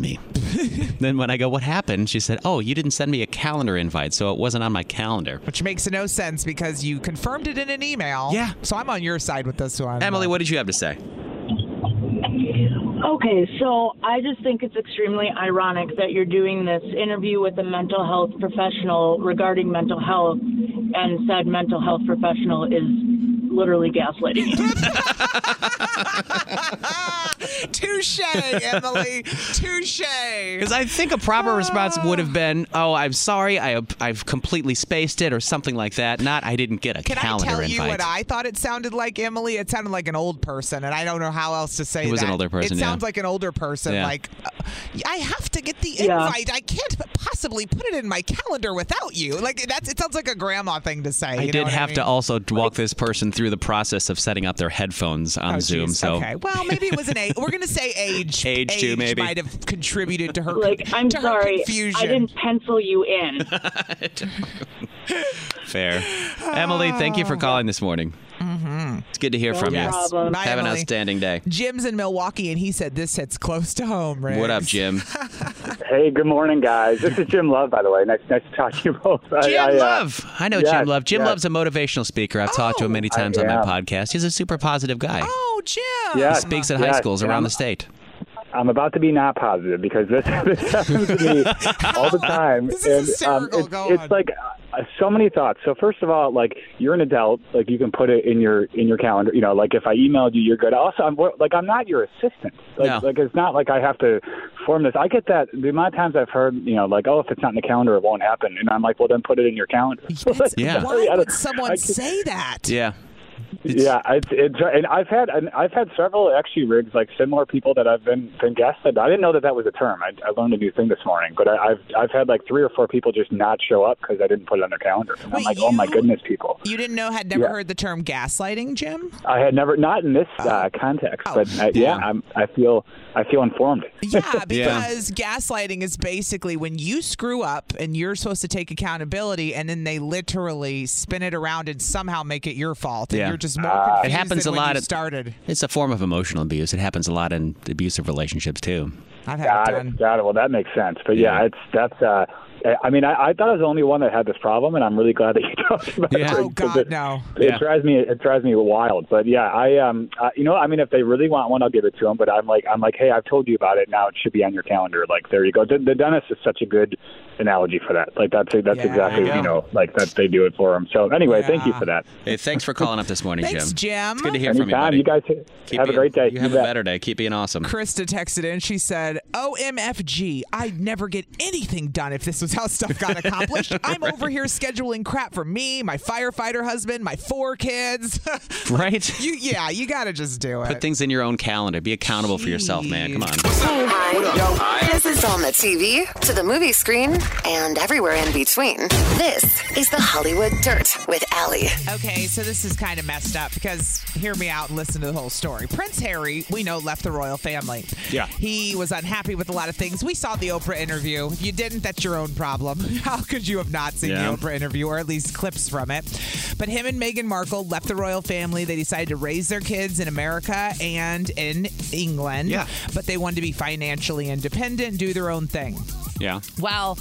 (laughs) me. then when I go, what happened? She said, "Oh, you didn't send me a calendar invite, so it wasn't on my calendar." Which makes no sense because you confirmed it in an email. Yeah. So I'm on your side with this one. Emily, what did you have to say? Okay, so I just think it's extremely ironic that you're doing this interview with a mental health professional regarding mental health, and said mental health professional is literally gaslighting you. (laughs) Touche, (laughs) Emily. Touche. Because I think a proper response would have been, "Oh, I'm sorry, I I've completely spaced it" or something like that. Not, "I didn't get a Can I calendar tell invite." you what I thought it sounded like, Emily? It sounded like an old person, and I don't know how else to say It was that. an older person, It yeah. sounds like an older person. Yeah. Like, uh, I have to get the Yeah. invite. I can't possibly put it in my calendar without you. Like, that's it sounds like a grandma thing to say. I you know did what have mean? to also walk this person through the process of setting up their headphones on Oh, Zoom. geez. So okay, well, maybe it was an age. We're gonna say age. Age too, maybe. might have contributed to her. like, I'm to her sorry, I confusion. didn't pencil (laughs) you in. fair. Emily, thank Ah. you for calling this morning. It's good to hear No from you. problem. Bye, Have an Emily. outstanding day. Mm-hmm. Jim's in Milwaukee, and he said this hits close to home. Riggs. What (laughs) up, Jim? Hey, good morning, guys. This is Jim Love, by the way. Nice, nice to talk to you both. uh, Jim Jim Love. I know Jim Love. Jim Love's a motivational speaker. I've talked to him many times on my podcast. He's a super positive guy. Oh, Jim. he speaks at high schools around the state. I'm about to be not positive because this, (laughs) this happens to me all the time. (laughs) This is and, um, it's, it's like uh, so many thoughts. So first of all, like you're an adult, like you can put it in your in your calendar. You know, like if I emailed you, you're good. Also, I'm like I'm not your assistant. Like, No. like it's not like I have to form this. I get that the amount of times I've heard, you know, like oh, if it's not in the calendar, it won't happen. And I'm like, well, then put it in your calendar. (laughs) Yeah. Why would someone say that? Yeah. yeah, it's, it's and I've had and I've had several actually rigs like similar people that I've been been gaslit. I didn't know that that was a term. I, I learned a new thing this morning, but I, I've I've had like three or four people just not show up because I didn't put it on their calendar. And I'm like, oh my goodness, people! You didn't know had never Yeah. heard the term gaslighting, Jim? I had never not in this uh, context, but I, yeah, I'm, I feel I feel informed. (laughs) Yeah, Uh, because gaslighting is basically when you screw up and you're supposed to take accountability, and then they literally spin it around and somehow make it your fault, and Yeah. you're just more confused. it happens than a when lot. You at- started. It's a form of emotional abuse. It happens a lot in abusive relationships too. I've had got it, got it. Well, that makes sense. But yeah, it's that's. uh I mean, I, I thought I was the only one that had this problem, and I'm really glad that you (laughs) talked about Yeah. it. Oh, because God, it, no. It Yeah. drives me. It drives me wild. But yeah, I um, I, you know, I mean, if they really want one, I'll give it to them. But I'm like, I'm like, hey, I've told you about it. Now it should be on your calendar. Like, there you go. The, the dentist is such a good analogy for that. Like, that's that's Yeah, exactly there you you go. know, like that they do it for them. So anyway, thank you Yeah. for that. Hey, thanks for calling up this morning, Thanks, Jim. It's good to hear from you, Anytime. buddy. You guys have a being- great day. You have a better day. Keep being awesome. Krista texted in. She said, "OMFG, I'd never get anything done if this was how stuff got (laughs) accomplished. I'm over here scheduling crap for me, my firefighter husband, my four kids. (laughs) (laughs) Right? you, yeah, you gotta just do Put it. things in your own calendar. Be accountable for yourself, man. Come on. Hi. This is on the TV, to the movie screen, and everywhere in between. This is the Hollywood Dirt with Allie. Okay, so this is kind of messed up because hear me out and listen to the whole story. Prince Harry, we know, left the royal family. Yeah. He was unhappy with a lot of things. We saw the Oprah interview. If you didn't, that's your own problem. (laughs) How could you have not seen Yeah. the Oprah interview or at least clips from it? But him and Meghan Markle left the royal family. They decided to raise their kids in America and in England. Yeah. But they wanted to be financially independent, do their own thing. Yeah. Well,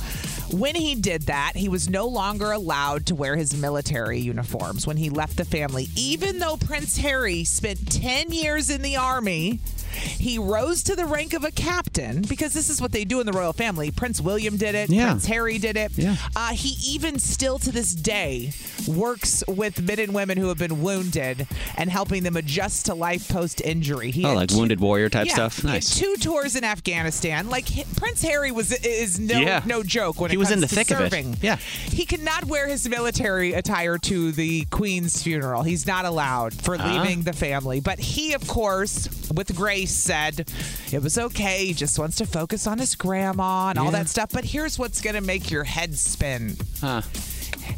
when he did that, he was no longer allowed to wear his military uniforms when he left the family, even though Prince Harry spent 10 years in the army He rose to the rank of a captain because this is what they do in the royal family. Prince William did it. Yeah. Prince Harry did it. Yeah. Uh, he even still to this day works with men and women who have been wounded and helping them adjust to life post injury. He oh, had like wounded warrior type yeah, stuff. he had Nice. two tours in Afghanistan. Like hi- Prince Harry was is no Yeah. no joke when He it was comes in the to thick of it. serving. Yeah. He cannot wear his military attire to the Queen's funeral. He's not allowed for Ah. leaving the family. But he, of course, with grace, said it was okay. He just wants to focus on his grandma and all Yeah. that stuff. But here's what's gonna make your head spin. Huh.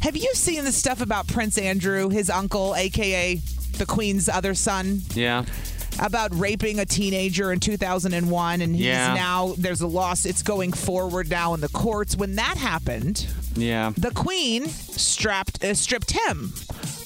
Have you seen the stuff about Prince Andrew, his uncle, aka the Queen's other son? Yeah. about raping a teenager in 2001 and he's Yeah. now there's a loss it's going forward now in the courts when that happened Yeah. the queen strapped uh, stripped him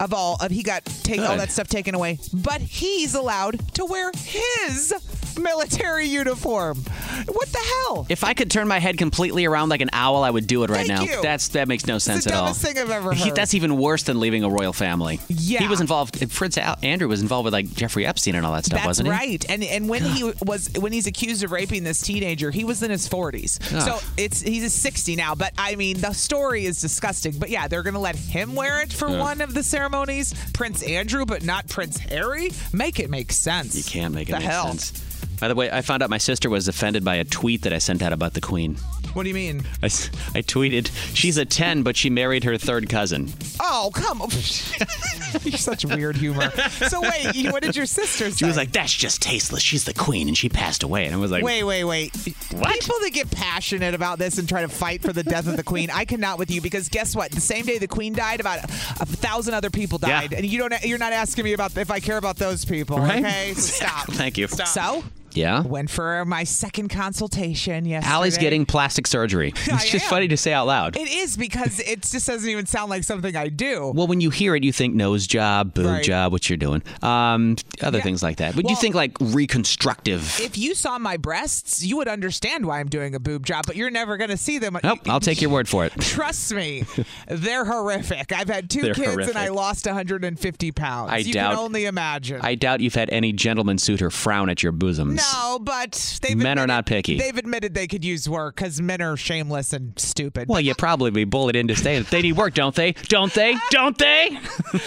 of all of he got take all Good. that stuff taken away but he's allowed to wear his military uniform what the hell If I could turn my head completely around like an owl, I would do it right now. you. That's that makes no sense the at all. dumbest thing I've ever He- heard. that's even worse than leaving a royal family. Yeah. He was involved. Prince Al- Andrew was involved with like Jeffrey Epstein and all that stuff, That's wasn't he? right. And and when he was when he's accused of raping this teenager, he was in his 40s. Ugh. So it's he's a 60 now, but I mean the story is disgusting. But yeah, they're going to let him wear it for Ugh. one of the ceremonies, Prince Andrew, but not Prince Harry. Make it make sense. You can't make it the make hell. sense. By the way, I found out my sister was offended by a tweet that I sent out about the Queen. What do you mean? I, s- I tweeted, "She's a ten, but she married her third cousin." Oh, come on. (laughs) You're such weird humor. So wait, you- what did (laughs) your sister say? She was like, "That's just tasteless. She's the Queen, and she passed away." And I was like, wait, wait, wait. People that get passionate about this and try to fight for the death of the queen, I cannot with you because guess what? The same day the queen died, about a thousand other people Yeah. died, and you don't. You're not asking me about if I care about those people. Right? (laughs) Okay, so stop. Thank you. Stop. So Yeah. went for my second consultation yesterday. Allie's getting (laughs) plastic surgery. It's just funny to say out loud. It is because it just doesn't even sound like something I do. Well, when you hear it, you think nose job, boob Right. job, what you're doing, um, other things like that. But you Well- think like reconstructive. If you saw my breasts, you would understand why I'm doing a boob job, but you're never going to see them. Nope, I'll take your word for it. (laughs) Trust me, they're horrific. I've had 2 They're kids and I horrific. lost 150 pounds. I you doubt- can only imagine. I doubt you've had any gentleman suitor frown at your bosoms. no, but they've Men are admitted- not picky. They've admitted they could use work because men are shameless and (laughs) stupid. Well, you probably be bullied into staying. They need work, don't they? Don't they? Don't they? (laughs)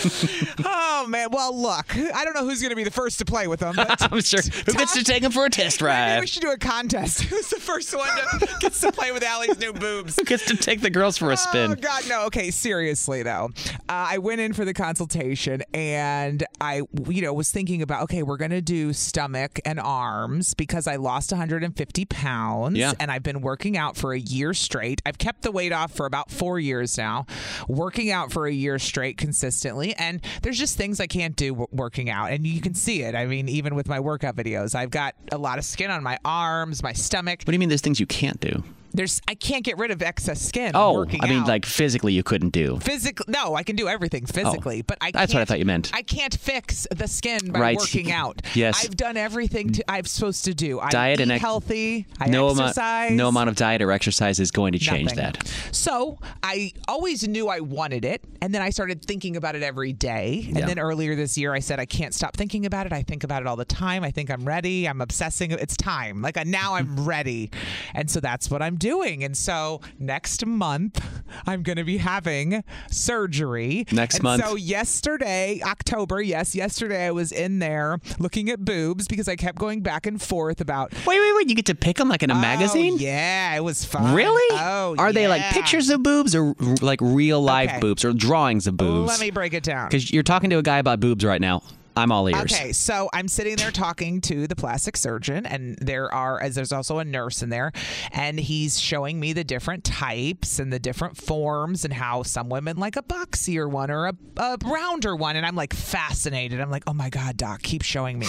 oh man. Well, look, I don't know who's going to be the first to play with them. But (laughs) I'm sure. Who gets to take them for a test Maybe ride? we should do a contest. (laughs) Who's the first one to gets to play with Allie's new (laughs) boobs? Who gets to take the girls for a spin? Oh God, no. Okay, seriously though, uh, I went in for the consultation and I, you know, was thinking about okay, we're gonna do stomach and arms because I lost 150 pounds Yeah. and I've been working out for a year straight. I've kept the weight off for about four years now, working out for a year straight consistently, and there's just things I can't do w- working out, and you can see it. I mean, even with my workout videos, I've got a lot of skin on my arms, my stomach. What do you mean? There's things you can't do. There's I can't get rid of excess skin. Oh, working I mean, out. like physically, you couldn't do. Physically, no, I can do everything physically, but I. That's what I can't- thought you meant. I can't fix the skin by Right. working out. (laughs) Yes. I've done everything to, I'm supposed to do. I Diet eat and ex- healthy. I no exercise. amount, no amount of diet or exercise is going to change Nothing. that. So I always knew I wanted it, and then I started thinking about it every day. And Yeah. then earlier this year, I said I can't stop thinking about it. I think about it all the time. I think I'm ready. I'm obsessing. It's time. Like I, now, (laughs) I'm ready, and so that's what I'm doing. And so next month, I'm going to be having surgery. Next And month. So yesterday, October. Yes, yesterday I was in there looking at boobs because I kept going back and forth about. Wait, wait, wait! You get to pick them like in a magazine? Oh, Yeah, it was fun. Really? Oh, Are they like yeah. pictures of boobs or r- like real live Okay. boobs or drawings of boobs? Let me break it down. Because you're talking to a guy about boobs right now. I'm all ears. Okay, so I'm sitting there talking to the plastic surgeon, and there are as there's also a nurse in there, and he's showing me the different types and the different forms and how some women like a boxier one or a, a rounder one, and I'm like fascinated. I'm like, oh my god, doc, keep showing me.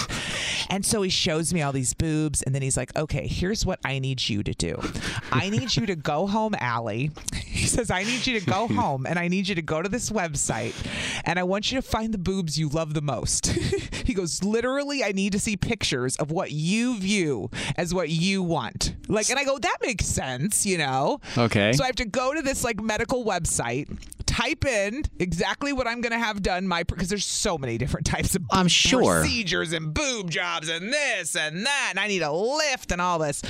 And so he shows me all these boobs, and then he's like, okay, here's what I need you to do. I need you to go home, Allie. (laughs) He says, I need you to (laughs) go home, and I need you to go to this website, and I want you to find the boobs you love the most. (laughs) he goes, literally, I need to see pictures of what you view as what you want. Like, and I go, that makes sense, you know? Okay. So I have to go to this like medical website. type in exactly what I'm going to have done. My because there's so many different types of I'm sure. procedures and boob jobs and this and that, and I need a lift and all this.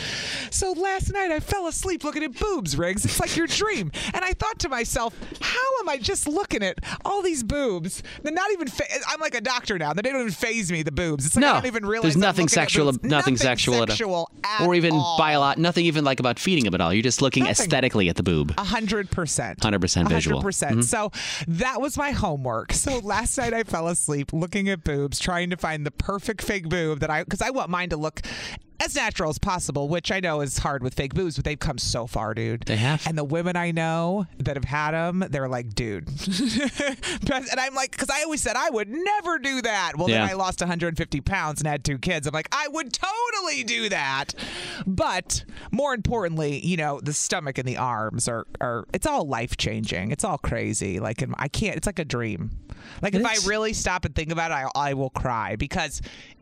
So last night I fell asleep looking at boobs, Riggs. It's like your dream. And I thought to myself, how am I just looking at all these boobs? They're not even. Fa- I'm like a doctor now. They don't even phase me. The boobs. It's like I no, don't even realize. there's I'm nothing looking at sexual, boobs. nothing, sexual, at- sexual at or even all. biolog, nothing even like about feeding of it all. You're just looking Nothing. Uh, aesthetically at the boob. A hundred percent. Mm-hmm. 100% visual. 100%. Mhm. So that was my homework. So last night I fell asleep looking at boobs, trying to find the perfect fake boob that I, because I want mine to look as natural as possible, which I know is hard with fake boobs, but they've come so far, dude. They have. And the women I know that have had them, they're like, dude. (laughs) Best- and I'm like, because I always said I would never do that. Well, Yeah. then I lost 150 pounds and had two kids. I'm like, I would totally do that. But more importantly, you know, the stomach and the arms are, are it's all life changing. It's all crazy. Like, and I can't, it's like a dream. Like, if I really stop and think about it, I, I will cry because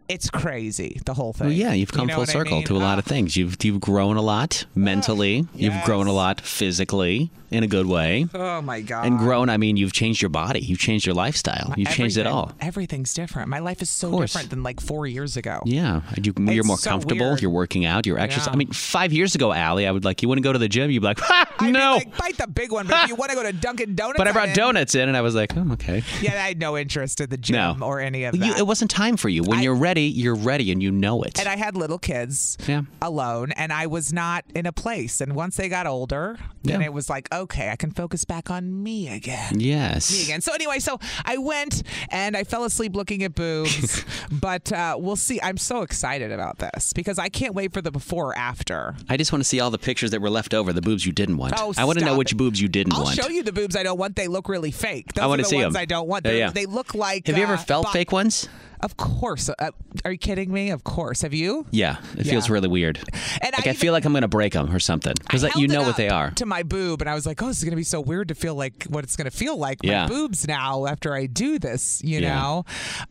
it's crazy, the whole thing. Well, yeah, you've You come know full what I circle mean? Uh, to a lot of things. You've you've grown a lot mentally. You've grown a lot physically in a good way. Oh, my God. And grown, I mean, you've changed your body. You've changed your lifestyle. You've changed it Everything- all. Everything's different. My life is so course. different than like four years (laughs) ago. Yeah, you, you're It's more so comfortable. weird. You're working out. You're exercising. Yeah. I mean, five years ago, Allie, I would like you wouldn't go to the gym. You'd be like, (laughs) ha, no. Bite the big one, but if you want to go to Dunkin' Donuts, but I I'm brought in. donuts in, and I was like, oh, okay. Yeah, I had no interest in the No. gym or any of that. You, it wasn't time for you. When you're ready, you're ready, and you know it. and I had little kids Yeah. alone, and I was not in a place. And once they got older, then it was like, okay, I can focus back on me again. Yes. Me again. So anyway, so I went and I fell asleep looking at (laughs) boobs, but uh, we'll see. I'm so excited about this because I can't wait for the before or after. I just want to see all the pictures that were left over, the boobs you didn't want. Oh, I want to know stop which boobs you didn't I'll want. show you the boobs I don't want. They look really fake. Those I are wanna the see ones 'em. I don't want. Yeah, They're- yeah. They look like. uh, Have you ever felt bo- fake ones? Of course. Uh, are you kidding me? Of course. Have you? Yeah, it Yeah. feels really weird. like I, feel like I'm gonna break them or something because you know what they are. To my boob, and I was like, "Oh, this is gonna be so weird to feel like what it's gonna feel like Yeah. my boobs now after I do this," you Yeah. know.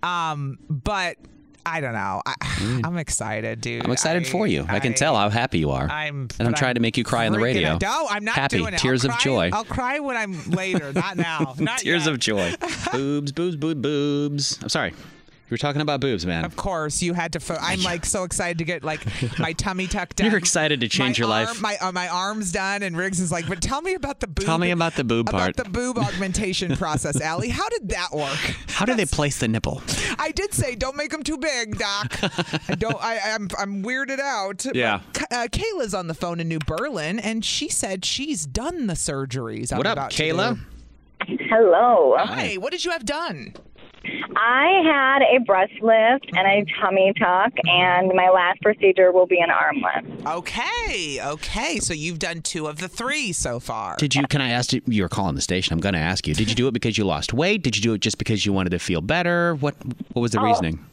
Um, but I don't know. I, I'm excited, dude. I'm excited I- for you. I, can tell how happy you are. I'm- and I'm but trying to make you cry on the freaking radio. out. No, I'm not Happy doing it. I'll tears of cry- joy. I'll cry when I'm later, not (laughs) now. Not tears (laughs) of joy. boobs, boobs, boobs, boobs. I'm sorry. You were talking about boobs, man. Of (laughs) course, you had to. Fo- I'm like so excited to get like my tummy tucked in. You're excited to (laughs) change your arm, life. My uh, my arms done, and Riggs is like, "But tell me about the boob. Tell me about the boob about part. the boob augmentation process, Allie. How did that work? How do they place the nipple? (laughs) I did say, don't make them too big, Doc. I don't. I, I'm I'm weirded out. Yeah. K- uh, Kayla's on the phone in New Berlin, and she said she's done the surgeries. I'm What up, about to Kayla? do. Hello. Hi. What did you have done? I had a breast lift and a tummy tuck, and my last procedure will be an arm lift. Okay, okay. So you've done two of the three so far. Did you? Can I ask you? You're calling the station. I'm going to ask you. Did you do it because you lost weight? Did you do it just because you wanted to feel better? What What was the Oh. reasoning?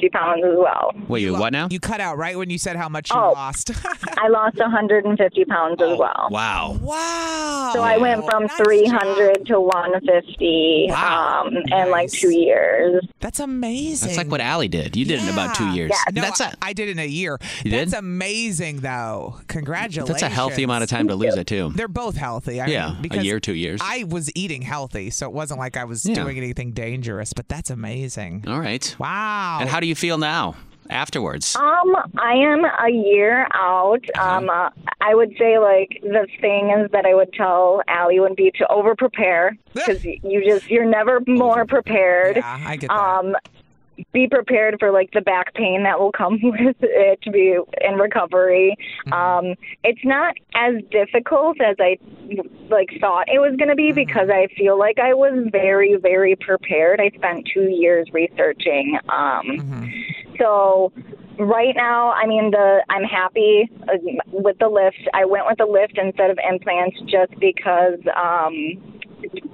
Two pounds as well. Oh. Wait, you what now? You cut out right when you said how much you lost. (laughs) Oh, I lost 150 pounds as well. Wow. Wow. So I went from 300 to 150 um, in like two years. That's amazing. That's like what Allie did. You did it in about two years. No, That's a, I did in a year. You did? That's amazing, though. Congratulations. That's a healthy amount of time to lose it too. They're both healthy. I Yeah, mean, a because year, two years. I was eating healthy, so it wasn't like I was Yeah. doing anything dangerous. But that's amazing. All right. Wow. And how do you feel now afterwards? Um, I am a year out. Uh-huh. Um, uh, I would say like the thing is that I would tell Allie would be to over (laughs) prepare because you just you're never more prepared. Yeah, I get that. Um, be prepared for like the back pain that will come (laughs) with it to be in recovery. Mm-hmm. Um, it's not as difficult as I like thought it was going to be Mm-hmm. because I feel like I was very very prepared. I spent 2 years researching um so right now, I mean, the I'm happy uh, with the lift. I went with the lift instead of implants just because um,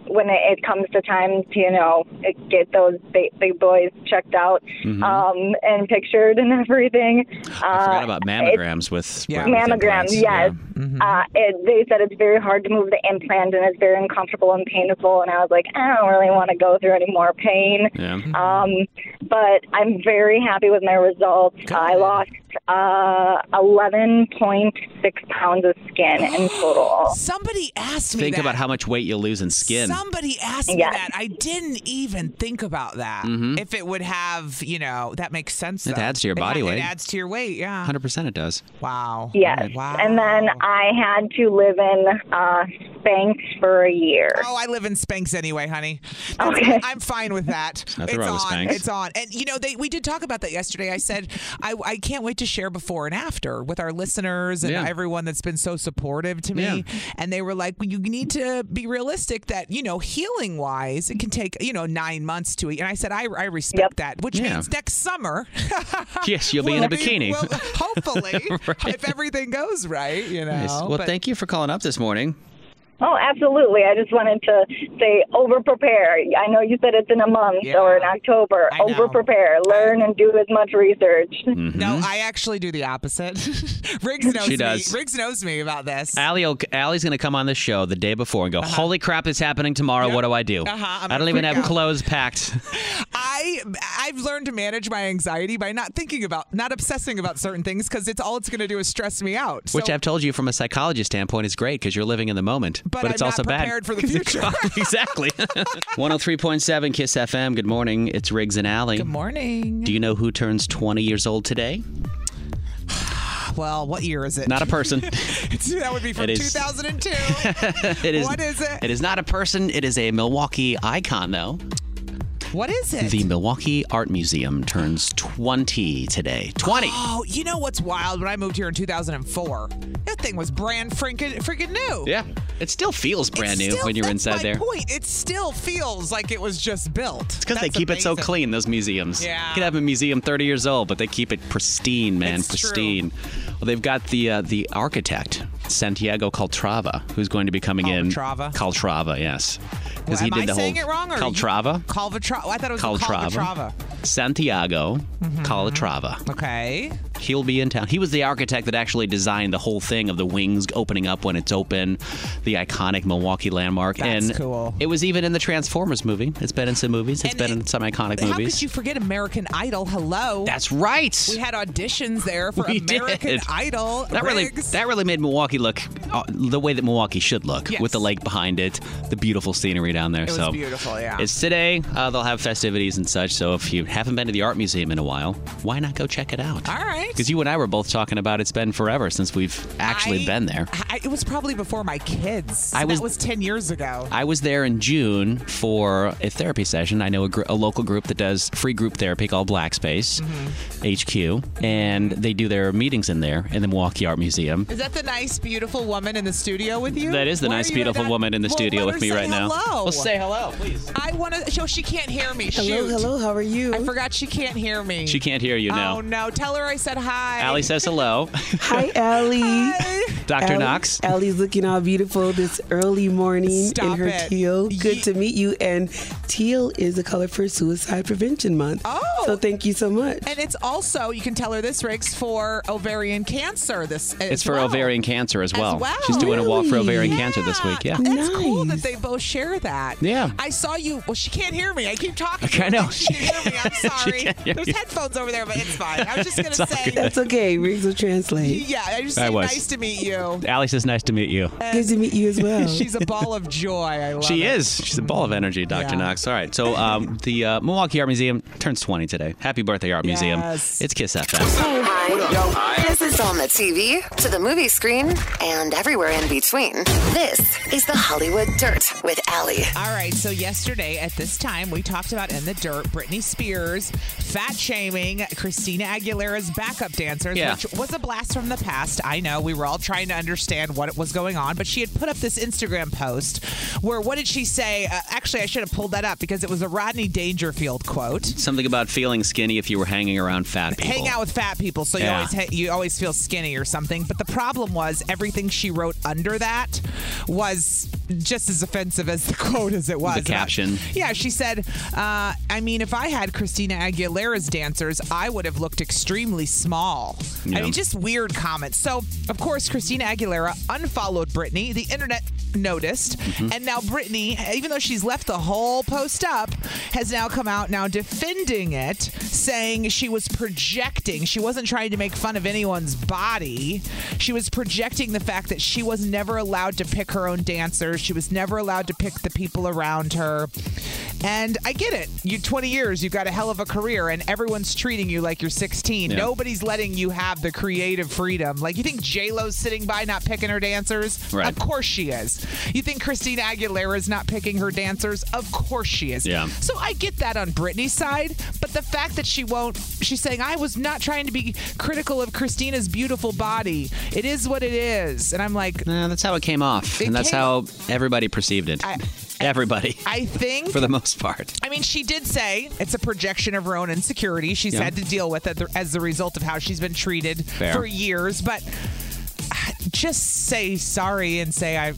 when it, it comes to time to you know get those big, big boys checked out Mhm. um, and pictured and (laughs) everything. I uh, forgot about mammograms with, with Mammograms, implants. yes. Uh, it, they said it's very hard to move the implant and it's very uncomfortable and painful. And I was like, I don't really want to go through any more pain. Yeah. Um, but I'm very happy with my results. I lost uh, 11.6 pounds of (gasps) skin in total. Somebody asked me Think that. about how much weight you lose in skin. Somebody asked me Yes. that. I didn't even think about that. Mhm. If it would have, you know, that makes sense. It though. adds to your It body ha- weight. It adds to your weight. Yeah. 100% (laughs) it does. Wow. Yes. Oh, Wow. And then I had to live in uh, Spanx for a year. Oh, I live in Spanx anyway, honey. That's- (laughs) I'm fine with that. (laughs) nothing it's wrong on. with Spanx. It's on. And you know, they we did talk about that yesterday. I said I, I can't wait to share before and after with our listeners and Yeah. everyone that's been so supportive to me. And they were like, well, you need to be realistic that you know, healing wise, it can take you know nine months to eat. And I said, I, I respect that, which Yeah. means next summer, (laughs) Yes, you'll be in a bikini. well, hopefully, (laughs) Right. if everything goes right, you know. Nice. Well, but- thank you for calling up this morning. Oh, absolutely. I just wanted to say over prepare. I know you said it's in a month or in October. Over prepare. Learn and do as much research. No, I actually (laughs) do the opposite. Riggs knows me. does. Riggs knows me about this. Allie, will- Allie's going to come on this show the day before and go, "Holy crap, it's happening tomorrow. What do I do? Uh-huh. I'm I don't gonna even freak out." have clothes packed." (laughs) I I've learned to manage my anxiety by not thinking about, not obsessing about certain things because it's all it's going to do is stress me out. Which I've told you from a psychologist standpoint is great because you're living in the moment, but, I'm it's also not prepared bad. for (laughs) the future. (laughs) exactly. 103.7 Kiss FM. Good morning. It's Riggs and Allie. Good morning. Do you know who turns 20 years old today? Well, what year is it? Not (laughs) a person. (laughs) that would be from It is- 2002. it is, What is it? It is not a person. It is a Milwaukee icon, though. What is (laughs) it? The Milwaukee Art Museum turns 20 today. (gasps) 20. Oh, you know what's wild? When I moved here in 2004, that thing was brand freaking freaking new. Yeah. It still feels brand new Still, when you're that's inside my there. Point. It still feels like it was just built. It's Because they keep it so clean, those museums. Yeah. You could have a museum 30 years old, but they keep it pristine, man, pristine. Well, they've got the uh, the architect Santiago Caltrava, who's going to be coming in. Caltrava? Caltrava, yes. Because Am I saying it wrong? Or Caltrava. Calvatrava. I thought it was Caltrava. Calvatrava. Santiago Calatrava. Okay. He'll be in town. He was the architect that actually designed the whole thing of the wings opening up when it's open, the iconic Milwaukee landmark. That's and cool. it was even in the Transformers movie. It's been in some movies. It's been in some iconic How movies. could you forget American Idol? Hello. That's right. We had auditions there for We American did. Idol. That really, that really made Milwaukee look uh, the way that Milwaukee should look, Yes. with the lake behind it, the beautiful scenery down there. It was so beautiful, yeah. It's today. Uh, they'll have festivities and such. So if you haven't been to the art museum in a while, why not go check it out? All right. Because you and I were both talking about it's been forever since we've actually been there. I, it was probably before my kids. I I was- was, that was 10 years ago. I was there in June for a therapy session. I know a, gr- a local group that does free group therapy called Black Space Mm-hmm. HQ, and they do their meetings in there in the Milwaukee Art Museum. Is that the nice, beautiful woman in the studio with you? That is the Why nice, are you beautiful not- woman in the Well, studio let with her me say right now. Hello. Well, say hello, please. I want to. So she can't hear me. Hello, Shoot. hello, How are you? I forgot she can't hear me. She can't hear you now. Oh no! Tell her I said hi. (laughs) Allie says hello. Hi, Allie. Dr. Allie- Knox. Allie's looking all beautiful this early morning Stop in her it. teal. Good to meet you. And teal is the color for Suicide Prevention Month. Oh. So thank you so much. And it's also you can tell her this, Riggs, for ovarian cancer. This It's for ovarian cancer as well. well. She's doing a walk for ovarian Really? cancer this week. Yeah. That's cool that they both share that. Yeah. I saw you. Well, she can't hear me. I keep talking. (laughs) Okay, I know. She can't hear (laughs) me. I'm sorry. can't (laughs) hear There's you. headphones over there, but it's fine. I was just gonna say. That's okay. Riggs will translate. Yeah, I just I say was. nice to meet you. Allie says, nice to meet you. Good to meet (laughs) you as well. She's a ball of joy. I love She it. is. She's a ball of energy, Dr. Yeah. Knox. All right. (laughs) So um, the uh, Milwaukee Art Museum turns 20 today. Happy birthday, Art Museum. It's Kiss FM. This is on the TV, to the movie screen, and everywhere in between. This is the Hollywood Dirt with Allie. All right, so yesterday at this time, we talked about in the dirt Britney Spears fat shaming Christina Aguilera's backup dancers, Yeah. which was a blast from the past. I know we were all trying to understand what was going on, but she had put up this Instagram post where what did she say? Uh, actually, I should have pulled that up because it was a Rodney Dangerfield quote. Something about feeling skinny if you were hanging around fat people. Hang out with fat people, so you Yeah. always ha- you always feel skinny or something. But the problem was everything she wrote under that was just as offensive as the quote as it was. the And I- caption. yeah, she said, uh, I mean, if I had Christina Aguilera's dancers, I would have looked extremely small. Yeah. I mean, just weird comments. So, of course, Christina Aguilera unfollowed Britney. The internet noticed. And now Brittany, even though she's left the whole post up, has now come out now defending it, saying she was projecting. She wasn't trying to make fun of anyone's body. She was projecting the fact that she was never allowed to pick her own dancers. She was never allowed to pick the people around her. And I get it. You 20 years, you've got a hell of a career, and everyone's treating you like you're 16. Yeah. Nobody's letting you have the creative freedom. Like you think J Lo's sitting by not picking her dancers? Right. Of course she is. You think Christina Aguilera is not picking her dancers? Of course she is. Yeah. So I get that on Britney's side, but the fact that she won't, she's saying, I was not trying to be critical of Christina's beautiful body. It is what it is. And I'm like, Nah, that's how it came off, It and that's came- how everybody perceived it. everybody, I think. (laughs) for the most part. I mean, she did say it's a projection of her own insecurity she's Yeah. had to deal with at the- as the result of how she's been treated Fair. for years. But uh, just say sorry and say I.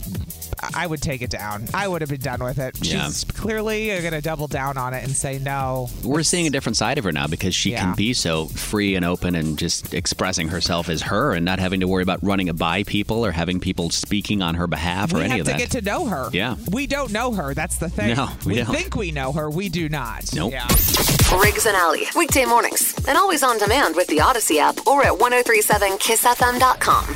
I would take it down. I would have been done with it. Yeah. She's clearly going to double down on it and say no. We're seeing a different side of her now because she Yeah. can be so free and open and just expressing herself as her and not having to worry about running it by people or having people speaking on her behalf or we any have of to that. get to know her. Yeah. We don't know her. That's the thing. No, we don't. think we know her. We do not. Nope. Yeah. Riggs and Alley, weekday mornings, and always on demand with the Odyssey app or at 1037kissfm.com.